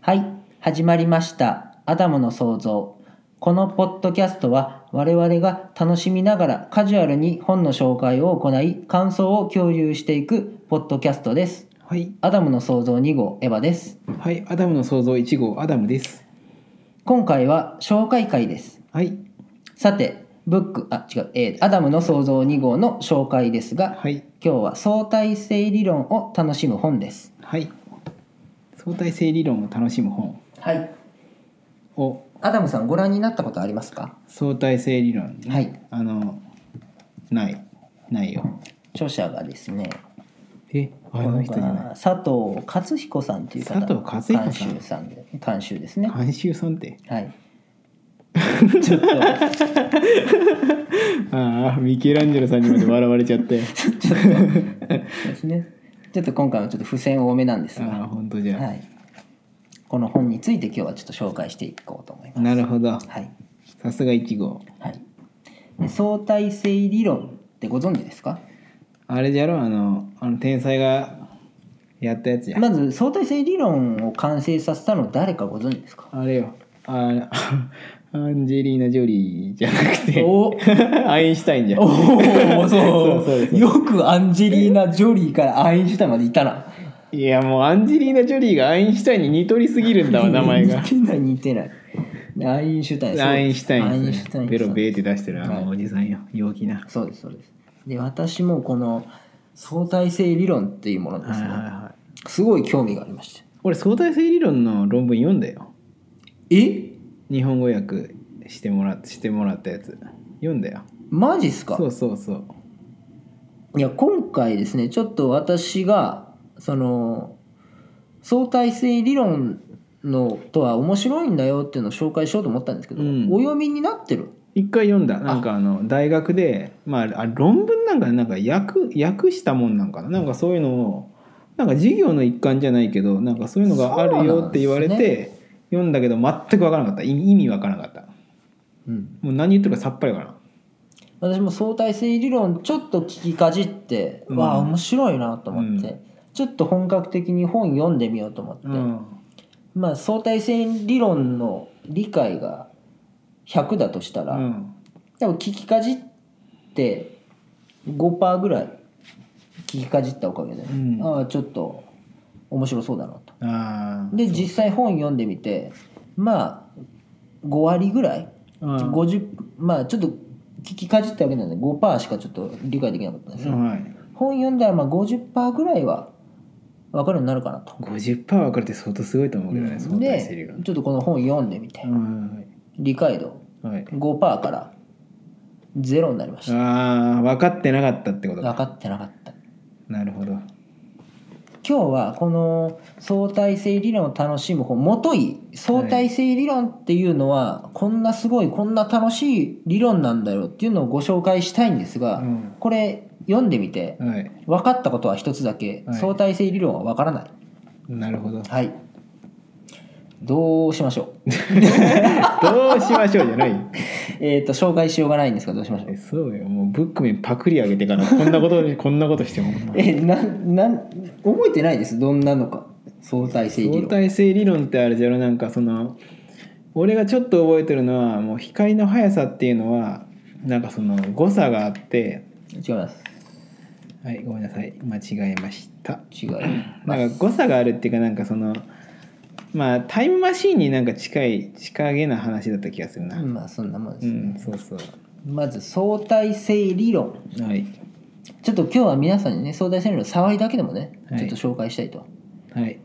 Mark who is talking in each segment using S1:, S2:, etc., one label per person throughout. S1: はい、始まりました。アダムの創造。このポッドキャストは我々が楽しみながらカジュアルに本の紹介を行い、感想を共有していくポッドキャストです。
S2: はい、
S1: アダムの創造2号エヴァです。
S2: はい、アダムの創造1号アダムです。
S1: 今回は紹介会です。
S2: はい、
S1: さて、ブック、あ、違う、えーアダムの創造2号の紹介ですが、
S2: はい、
S1: 今日は相対性理論を楽しむ本です。
S2: はい。相対性理論を楽しむ本
S1: はい。
S2: を
S1: アダムさんご覧になったことありますか
S2: 相対性理論、ね、
S1: はい、
S2: あのないないよ。
S1: 著者がですね、
S2: え、あの人じゃない。
S1: 佐藤勝彦さんという方
S2: 佐藤勝彦さん
S1: 監修さんで監修ですねは
S2: 監修さんって。
S1: い、ちょっと
S2: ああ、ミケランジェロさんにまで笑われちゃ って。
S1: ちょっとそうですねちょっと今回はちょっと付箋多めなんです
S2: ああ、
S1: が、
S2: 本当じゃ。
S1: はい、この本について今日はちょっと紹介していこうと思います
S2: なるほど。
S1: はい、
S2: さすが1号。
S1: はい、で相対性理論ってご存知ですか
S2: あれじゃろあのあの天才がやったやつじゃん。
S1: まず相対性理論を完成させたの誰かご存知ですか
S2: あれよ。あ アンジェリーナ・ジョリーじゃなくて。
S1: お
S2: アインシュタインじゃん。
S1: おお そう
S2: そうそうそう
S1: よくアンジェリーナ・ジョリーからアインシュタインまでいたない
S2: やもうアンジェリーナ・ジョリーがアインシュタインに似とりすぎるんだわ名前が
S1: 似。てない似てないアインシュタインそう
S2: アインシュタイン,、
S1: アインシュタイン
S2: ベロベーって出してるあ
S1: はい
S2: のおじさんよ。陽気な。
S1: そうですそうですで私もこの相対性理論っていうものですね、
S2: はい。
S1: すごい興味がありました
S2: 俺相対性理論の論文読んだよ。
S1: え
S2: 日本語訳してもらしてもらったやつ。読んだよ。
S1: マジっすか
S2: そうそうそう。
S1: いや今回ですねちょっと私がその相対性理論のとは面白いんだよっていうのを紹介しようと思ったんですけど、
S2: うん
S1: お読みになってる
S2: 一回読んだなんかあの大学でまああ論文なんかなんか訳訳したもんなんかななんかそういうのをなんか授業の一環じゃないけどなんかそういうのがあるよって言われ
S1: そうなん
S2: て、読んだけど全く分からなかった意味意味分からなかった
S1: うん
S2: もう何言ってるかさっぱり分からん
S1: 私も相対性理論ちょっと聞きかじって、
S2: うん
S1: わあ面白いなと思って、
S2: う
S1: ちょっと本格的に本読んでみようと思って、まあ相対性理論の理解が100だとしたら、
S2: うん
S1: 多分聞きかじって5%ぐらい聞きかじったおかげで、
S2: うん
S1: ああちょっと面白そうだなと。
S2: あー
S1: で実際本読んでみてまあ5割ぐらい
S2: うん
S1: 50まあちょっと聞きかじったわけなんで5%しかちょっと理解できなかったんですよ、
S2: はい、
S1: 本読んだらまあ50%ぐらいは分かるようになるかなと、
S2: 50%分かるって相当すごいと思うけどね、相対性理
S1: で
S2: 論
S1: ちょっとこの本読んでみて、
S2: うん
S1: 理解度
S2: はいはい
S1: 5%から0になりました
S2: あー分かってなかったってこと
S1: 分
S2: か
S1: かってなかった
S2: なるほど
S1: 今日はこの相対性理論を楽しむ本もとい相対性理論っていうのはこんなすごいこんな楽しい理論なんだよっていうのをご紹介したいんですが、
S2: うん
S1: これ読んでみて
S2: はい
S1: 分かったことは一つだけ、
S2: はい
S1: 相対性理論は分からない
S2: なるほど
S1: はいどうしましょう
S2: どうしましょうじゃないよ
S1: えっと紹介しようがないんですがどうしましょう
S2: えそうよもうブックメンパクリ上げてからこんなこと にこんなことしても
S1: えなんなん覚えてないですどんなのか相対性理
S2: 相
S1: 論
S2: 対性理論ってあれじゃろなんかその俺がちょっと覚えてるのはもう光の速さっていうのはなんかその誤差があって
S1: 違います
S2: はいごめんなさい間違えました
S1: 違い ます
S2: なんか誤差があるっていうかなんかそのまあタイムマシーンになんか近い近げな話だった気がするな、
S1: まあそんなもんです
S2: う
S1: ね、
S2: ん、そうそう
S1: まず相対性理論
S2: はい
S1: ちょっと今日は皆さんにね相対性理論触りだけでもね、
S2: はい
S1: ちょっと紹介したいと、
S2: はい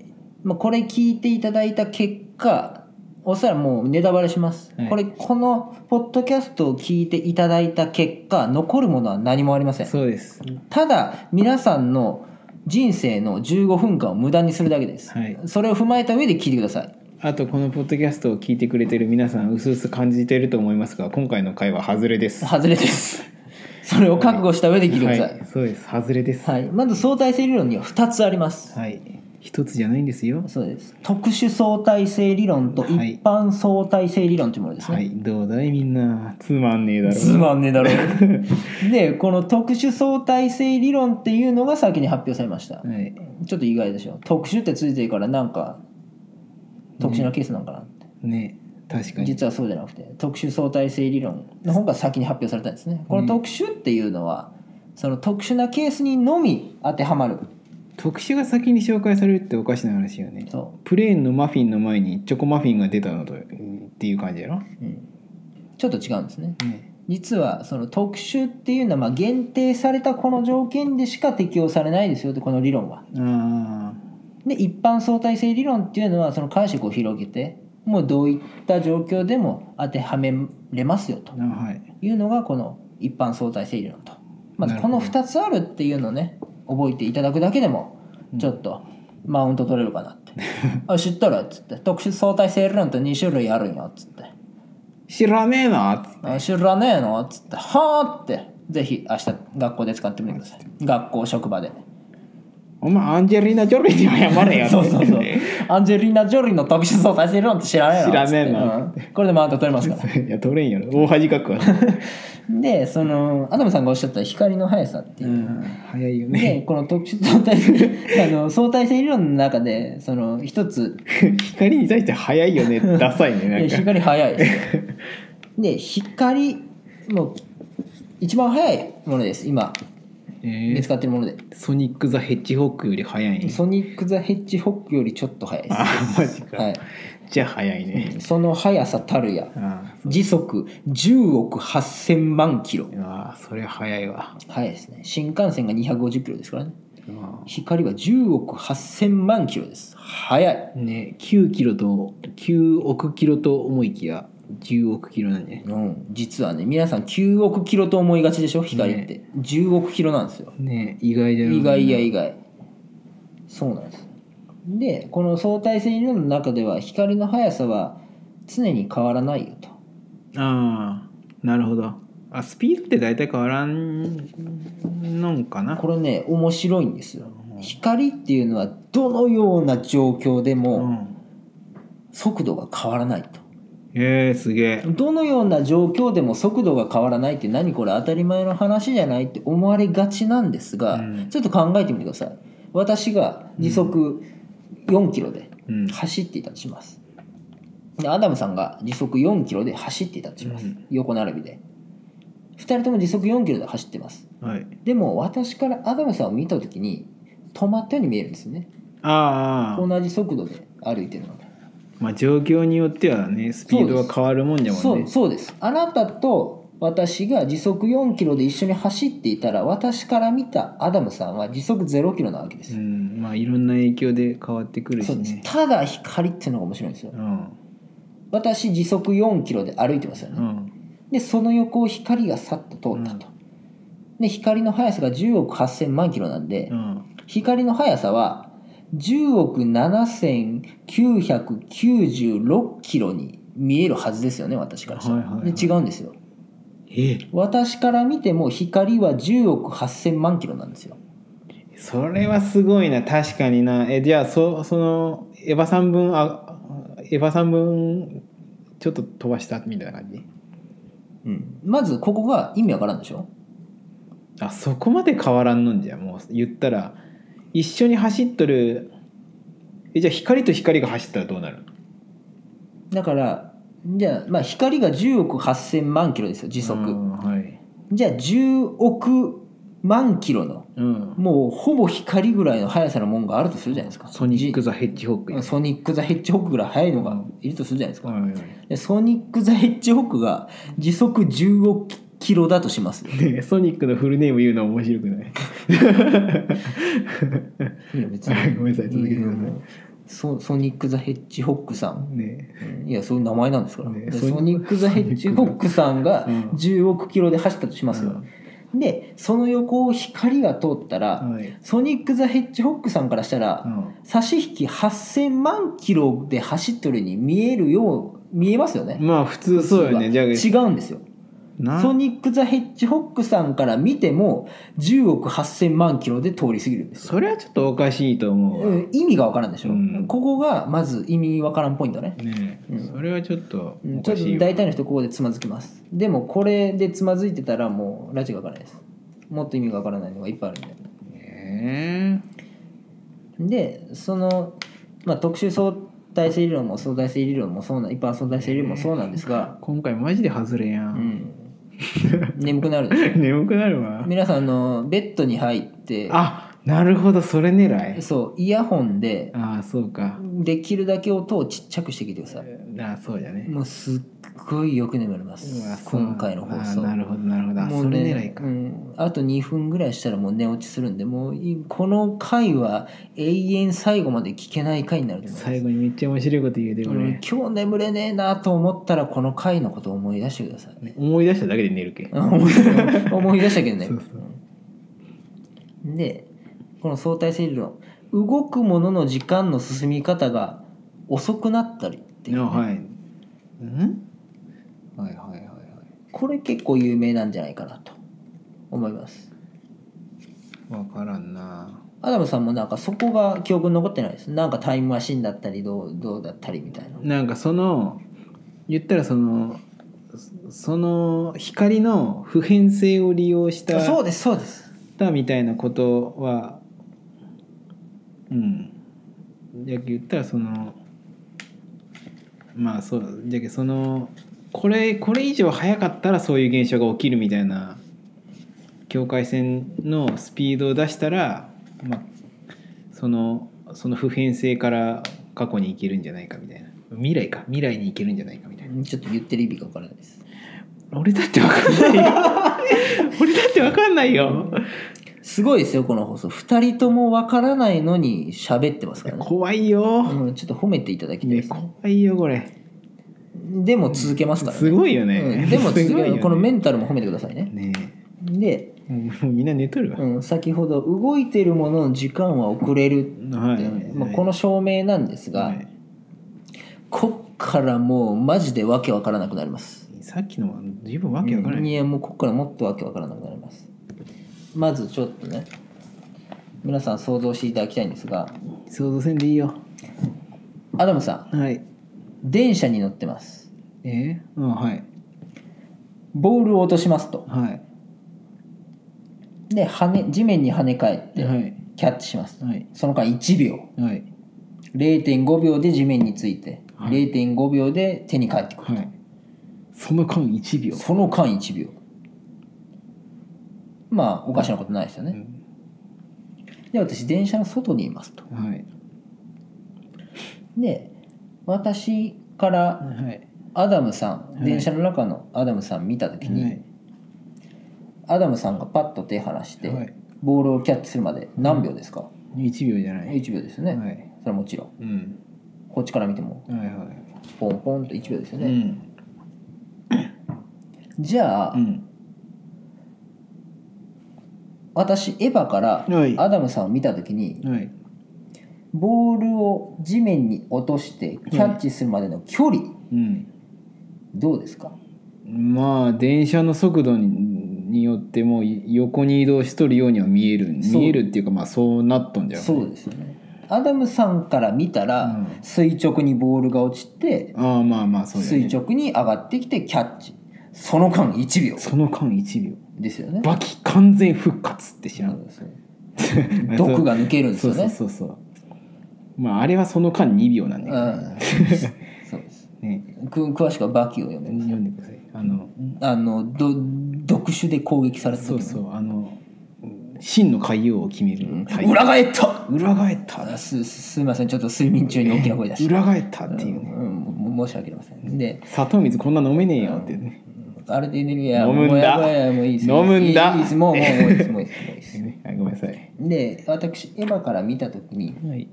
S1: まあ、これ聞いていただいた結果おそらくもうネタバレします、
S2: はい
S1: これこのポッドキャストを聞いていただいた結果残るものは何もありません
S2: そうです
S1: ただ皆さんの人生の15分間を無駄にするだけです、
S2: はい
S1: それを踏まえた上で聞いてください
S2: あとこのポッドキャストを聞いてくれてる皆さんうすうす感じてると思いますが今回の回は外れです
S1: 外れです それを覚悟した上で聞いてください、
S2: はい、そうです外れです
S1: はい、まず相対性理論には2つあります、
S2: はい一つじゃないんですよ
S1: そうです特殊相対性理論と
S2: はい
S1: 一般相対性理論というものですね、
S2: はいどうだいみんなつまんねえだろう
S1: つまんねえだろでこの特殊相対性理論っていうのが先に発表されました
S2: はい
S1: ちょっと意外でしょ特殊ってついてるからなんか特殊なケースなんかなって、
S2: ね確かに
S1: 実はそうじゃなくて特殊相対性理論の方が先に発表されたんですねこ
S2: うん
S1: の特殊っていうのは、その特殊なケースにのみ当てはまる
S2: 特殊が先に紹介されるっておかしな話よね
S1: そ
S2: プレーンのマフィンの前にチョコマフィンが出たのとっていう感じやろ、
S1: う、うん、ちょっと違うんですね
S2: ね、
S1: 実はその特殊っていうのはまあ限定されたこの条件でしか適用されないですよってこの理論は。
S2: あ
S1: で一般相対性理論っていうのはその解釈を広げてもうどういった状況でも当てはめれますよと
S2: ーあはい
S1: いうのがこの一般相対性理論と。まずこの
S2: なるほど
S1: 2つあるっていうのをね覚えていただくだけでも
S2: うん
S1: ちょっとマウント取れるかな って。あ知っとるっつって特殊相対性理論って2種類あるんよっつって。
S2: 知らねえな
S1: あ知らねえのっつって「はあ」ってぜひ明日学校で使ってみてください学校職場で
S2: お前アンジェリーナ・ジョリーに謝れよ
S1: そうそうそうアンジェリーナ・ジョリーの特殊相対性理論って知らねえの
S2: 知らねえの
S1: つってうんこれでマウント取れますから
S2: いや取れんやろ大恥かくわ、
S1: でそのアダムさんがおっしゃった光の速さっていうう、
S2: ん、早いよね
S1: でこの特殊相対性あの相対性理論の中でその一つ
S2: 光に対して早いよねダサいね
S1: いや
S2: なんか
S1: 光速いですよで光もう一番速いものです今
S2: え
S1: 見つ
S2: ー
S1: かってるもので、
S2: ソニック・ザ・ヘッジホックより早いね
S1: ソニック・ザ・ヘッジホックよりちょっと速いです
S2: あマジか、
S1: はい、
S2: じゃあ早いね
S1: その速さたるや
S2: あ
S1: 時速10億8000万キロ
S2: あそれ早いわ
S1: 速いですね新幹線が250キロですからね
S2: あ
S1: 光は10億8000万キロです速い
S2: あね9キロと9億キロと思いきや10億キロなんね
S1: うん、実はね皆さん9億キロと思いがちでしょ光って、10億キロなんですよ
S2: ね意外だよ
S1: 意外や意外そうなんですでこの相対性理論の中では光の速さは常に変わらないよと
S2: ああなるほどあスピードって大体変わらんのんかな
S1: これね面白いんですよ
S2: うん
S1: 光っていうのはどのような状況で
S2: う
S1: も
S2: ん、
S1: 速度が変わらないと
S2: えー、すげえ
S1: どのような状況でも速度が変わらないって何これ当たり前の話じゃないって思われがちなんですが、
S2: うん
S1: ちょっと考えてみてください私が時速4キロで
S2: うん
S1: 走っていたとしますでアダムさんが時速4キロで走っていたとします、
S2: うん
S1: 横並びで2人とも時速4キロで走ってます
S2: はい
S1: でも私からアダムさんを見た時に止まったように見えるんですよね
S2: ああ
S1: 同じ速度で歩いてるので、
S2: まあ状況によってはねスピードは変わるもんじゃも
S1: そ
S2: ん
S1: う
S2: ね
S1: そうですあなたと私が時速4キロで一緒に走っていたら私から見たアダムさんは時速0キロなわけです、
S2: うんまあいろんな影響で変わってくる
S1: そ
S2: し
S1: うです
S2: ね
S1: ただ光っていうのが面白いんですよ
S2: うん
S1: 私時速4キロで歩いてますよね、
S2: うん
S1: でその横を光がさっと通ったと、で光の速さが10億8000万キロなんで、
S2: うん
S1: 光の速さは10億7996キロに見えるはずですよね私からしたら、
S2: はいはいはい
S1: で違うんですよ
S2: え
S1: 私から見ても光は10億8000万キロなんですよ
S2: それはすごいな確かになえじゃあそそのエヴァ3分あエヴァ3分ちょっと飛ばしたみたいな感じ
S1: うん、まずここが意味わからんでしょ
S2: あそこまで変わらんのんじゃもう言ったら一緒に走っとるえじゃあ光と光が走ったらどうなる
S1: だからじゃあまあ光が10億8000万キロですよ時
S2: う
S1: 速
S2: んはい
S1: じゃあ10億万キロの
S2: うん
S1: もうほぼ光ぐらいの速さのもんがあるとするじゃないですか
S2: ソニック・ザ・ヘッジホック
S1: ソニック・ザ・ヘッジホックぐらい速いの
S2: う
S1: が
S2: ん
S1: いるとするじゃないですか、
S2: はいはい
S1: でソニック・ザ・ヘッジホックが時速10億キロだとしますよ
S2: ねえソニックのフルネーム言うの面白くない
S1: いや別
S2: ごめんなさい続けてください
S1: いやもうソソニック・ザ・ヘッジホックさん
S2: ね
S1: うんいやそういう名前なんですから、
S2: ね
S1: で
S2: ソニ
S1: ソニック・ザ・ヘッジホックさんが
S2: うん
S1: 10億キロで走ったとし
S2: え
S1: ますよ、でその横を光が通ったら、
S2: うんはい
S1: ソニック・ザ・ヘッジホックさんからしたら、
S2: うん
S1: 差し引き8000万キロで走っとるように見えるよう見えますよね、
S2: まあ普通そうよねじゃあ
S1: 違うんですよ
S2: な
S1: ソニック・ザ・ヘッジホックさんから見ても10億8000万キロで通り過ぎるんですよ、
S2: それはちょっとおかしいと思うわ、
S1: うん意味がわからんでしょ、
S2: うん
S1: ここがまず意味わからんポイントね
S2: ねえ
S1: うん
S2: それはちょっと
S1: うん
S2: お
S1: ちょっと
S2: かしいわ
S1: 大体の人ここでつまずきますでもこれでつまずいてたらもうラジがわからないですもっと意味がわからないのがいっぱいあるんで
S2: ね
S1: でその、まあ、特殊相体性理論も相対性理論もそうな一般相対性理論もそうなんですが、
S2: 今回マジで外れや、
S1: うんん、眠くなるでしょ
S2: 眠くなるわ
S1: 皆さんあのベッドに入って
S2: あなるほどそれ狙い
S1: そうイヤホンで
S2: ああそうか
S1: できるだけ音をちっちゃくしてきてください
S2: ああそうだね
S1: もうすっごいよく眠れま
S2: うわ
S1: す
S2: そう
S1: 今回の放送
S2: ああなるほどなるほどあ
S1: も
S2: そうれ
S1: ね
S2: 狙いか、
S1: うん、あと2分ぐらいしたらもう寝落ちするんでもういこの回は永遠最後まで聞けない回になると思います
S2: 最後にめっちゃ面白いこと言うで
S1: う
S2: 俺、
S1: ん今日眠れねえなと思ったらこの回のことを思い出してくださいね
S2: 思い出しただけで寝るけ
S1: 思い出したけどね
S2: そうそう
S1: うんでこの相対性理論動くものの時間の進み方が遅くなったりっていうね、
S2: あはい、うん、はいはいはいは
S1: これ結構有名なんじゃないかなと思います
S2: い分からんな
S1: アダムさんもなんかそこが記憶に残ってないですなんかタイムマシンだったりどうどうだったりみたいな
S2: なんかその言ったらそのそその光の普遍性を利用した
S1: そうですそうです
S2: ったみたいなことはうんじゃけ言ったらそのまあそうじゃけそのこれこれ以上早かったらそういう現象が起きるみたいな境界線のスピードを出したら、まあ、そのその普遍性から過去に行けるんじゃないかみたいな未来か未来に行けるんじゃないかみたいな
S1: ちょっと言ってる意味が分からないです
S2: 俺だって分かんないよ俺だって分かんないよ
S1: すごいですよこの放送2人とも分からないのに喋ってますからね、
S2: 怖いよ、
S1: うん、ちょっと褒めていただきたい
S2: ね、
S1: です、
S2: 怖いよこれ
S1: でも続けますからね
S2: すごいよね、
S1: うんでも続
S2: す
S1: け
S2: ごいよ
S1: る
S2: ね
S1: このメンタルも褒めてくださいね
S2: ね
S1: で、
S2: えもうみんな寝とるわ、
S1: うん、先ほど動いてるものの時間は遅れるって、
S2: はい、
S1: まあ、この証明なんですが、
S2: はい
S1: こっからもうマジでわけわからなくなります
S2: さっきのは十分わけわからない、
S1: いやもうこっからもっとわけわからなくなりますまずちょっとね皆さん想像していただきたいんですが
S2: 想像せんでいいよ
S1: アダムさん
S2: はい
S1: 電車に乗ってます
S2: えー、うんはい
S1: ボールを落としますと
S2: はい
S1: で跳ね地面に跳ね返って
S2: はい
S1: キャッチします、
S2: はい
S1: その間1秒
S2: はい
S1: 0.5秒で地面について、
S2: はい
S1: 0.5秒で手に返ってくる、
S2: はいその間一秒
S1: その間1秒まあおかしなことないですよね、で私電車の外にいますと
S2: はい
S1: で私から
S2: はい
S1: アダムさん、
S2: はい
S1: 電車の中のアダムさん見た時に、
S2: はい
S1: アダムさんがパッと手離して、
S2: はい
S1: ボールをキャッチするまで何秒ですか、
S2: 一秒じゃない、
S1: 1秒ですよね、
S2: はい
S1: それはもちろん
S2: うん
S1: こっちから見ても
S2: はいはい
S1: ポンポンと1秒ですよ
S2: う
S1: ね、
S2: ん
S1: じゃあ、
S2: うん
S1: 私エヴァから
S2: はい
S1: アダムさんを見た時に
S2: はい
S1: ボールを地面に落としてキャッチするまでの距離
S2: うん
S1: どうですか、
S2: まあ電車の速度にによってもう横に移動しとるようには見える
S1: そう
S2: 見えるっていうかまあそうなっとんじゃん
S1: そうですよねアダムさんから見たら、
S2: うん
S1: 垂直にボールが落ちて
S2: ああまあまあそうだよ
S1: 垂
S2: ね
S1: 直に上がってきてキャッチその間1秒
S2: その間1秒
S1: ですよね
S2: バキ完全復活って知ら
S1: そうんですよね毒が抜けるんです
S2: そう
S1: よ
S2: そう
S1: ね
S2: そうそうまああれはその間2秒なんだ
S1: う
S2: け
S1: ん
S2: ど
S1: そうです
S2: ね
S1: く詳しくはバキを読めます
S2: 読んでくださいあの
S1: あのど毒手で攻撃された時
S2: そ
S1: の
S2: うそうあの真の海洋を決める海
S1: 裏返った
S2: 裏返った
S1: あすすすみませんちょっと睡眠中に大きな声出して
S2: 裏返ったっていう
S1: う
S2: ね
S1: んも申し訳ありませんで
S2: 砂糖水こんな飲めねえよっていうね
S1: あれでエネルギー
S2: 飲むん
S1: も
S2: だ
S1: うやばいやばいもういいです
S2: 飲むんだ
S1: いいですもうもうもういいですもういいですもういいです
S2: ねあごめんなさい
S1: で私エヴァから見た時に
S2: はい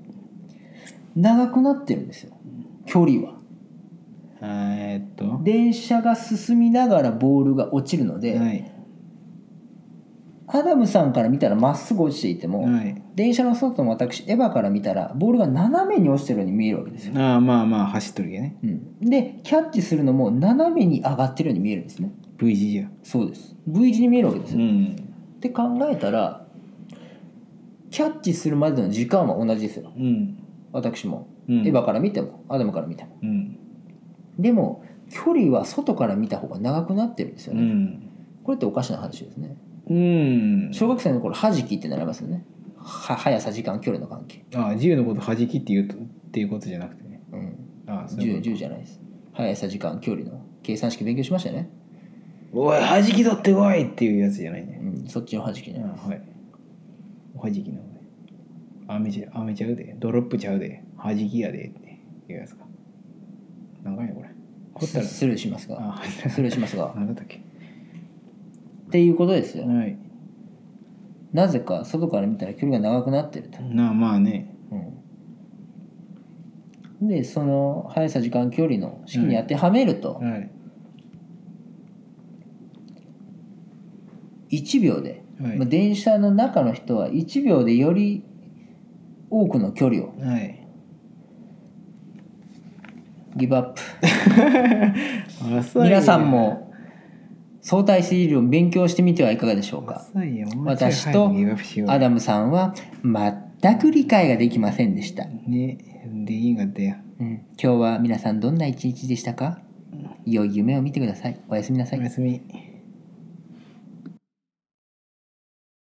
S1: 長くなってるんですよ距離は
S2: あーえっとは
S1: 電車が進みながらボールが落ちるので、
S2: い
S1: アダムさんから見たらまっすぐ落ちていても、
S2: はい
S1: 電車の外の私エヴァから見たらボールが斜めに落ちてるように見えるわけですよ、
S2: ああまあまあ走っとるけね
S1: うん、でキャッチするのも斜めに上がってるように見えるんですね
S2: V 字じゃ
S1: そうです V 字に見えるわけです
S2: う
S1: よ、
S2: ん
S1: って考えたらキャッチするまでの時間は同じですよ
S2: うん
S1: 私も、
S2: うん
S1: エヴァから見てもアダムから見ても
S2: うん
S1: でも距離は外から見た方が長くなってるんです
S2: う
S1: よね、
S2: ん
S1: これっておかしな話ですね
S2: うん
S1: 小学生の頃はじきって習いますよねは速さ時間距離の関係、
S2: ああ自由のこと弾きっていうとっていうことじゃなくてね
S1: うん、
S2: あそうい
S1: 10,
S2: うこと
S1: 10じゃないです速さ時間距離の計算式勉強しましたよね、
S2: おい弾き取ってこいっていうやつじゃないね
S1: うん、そっちの弾き
S2: あ
S1: ね、
S2: はいおはじきの方であめちゃあめちゃうでドロップちゃうではじきやでっていうやつか長いねこれこったら
S1: 失礼しますが
S2: あ
S1: 失 礼しますが
S2: 何だったっけ
S1: っていうことですよ、
S2: はい
S1: なぜか外から見たら距離が長くなってると、
S2: なあまあね
S1: うんでその速さ時間距離の式に当てはめると、
S2: はい
S1: 1秒で、
S2: はい
S1: まあ、電車の中の人は1秒でより多くの距離を
S2: はい
S1: ギブア ップ
S2: 浅い
S1: 皆さんも相対性理論を勉強してみてはいかがでしょうか
S2: 浅いよもうちょい
S1: 私と
S2: 早くギブアップしようよ
S1: アダムさんは全く理解ができませんでした、
S2: ねでいいがで
S1: うん今日は皆さんどんな一日でしたか良い夢を見てくださいおやすみなさ
S2: お
S1: い
S2: やすみ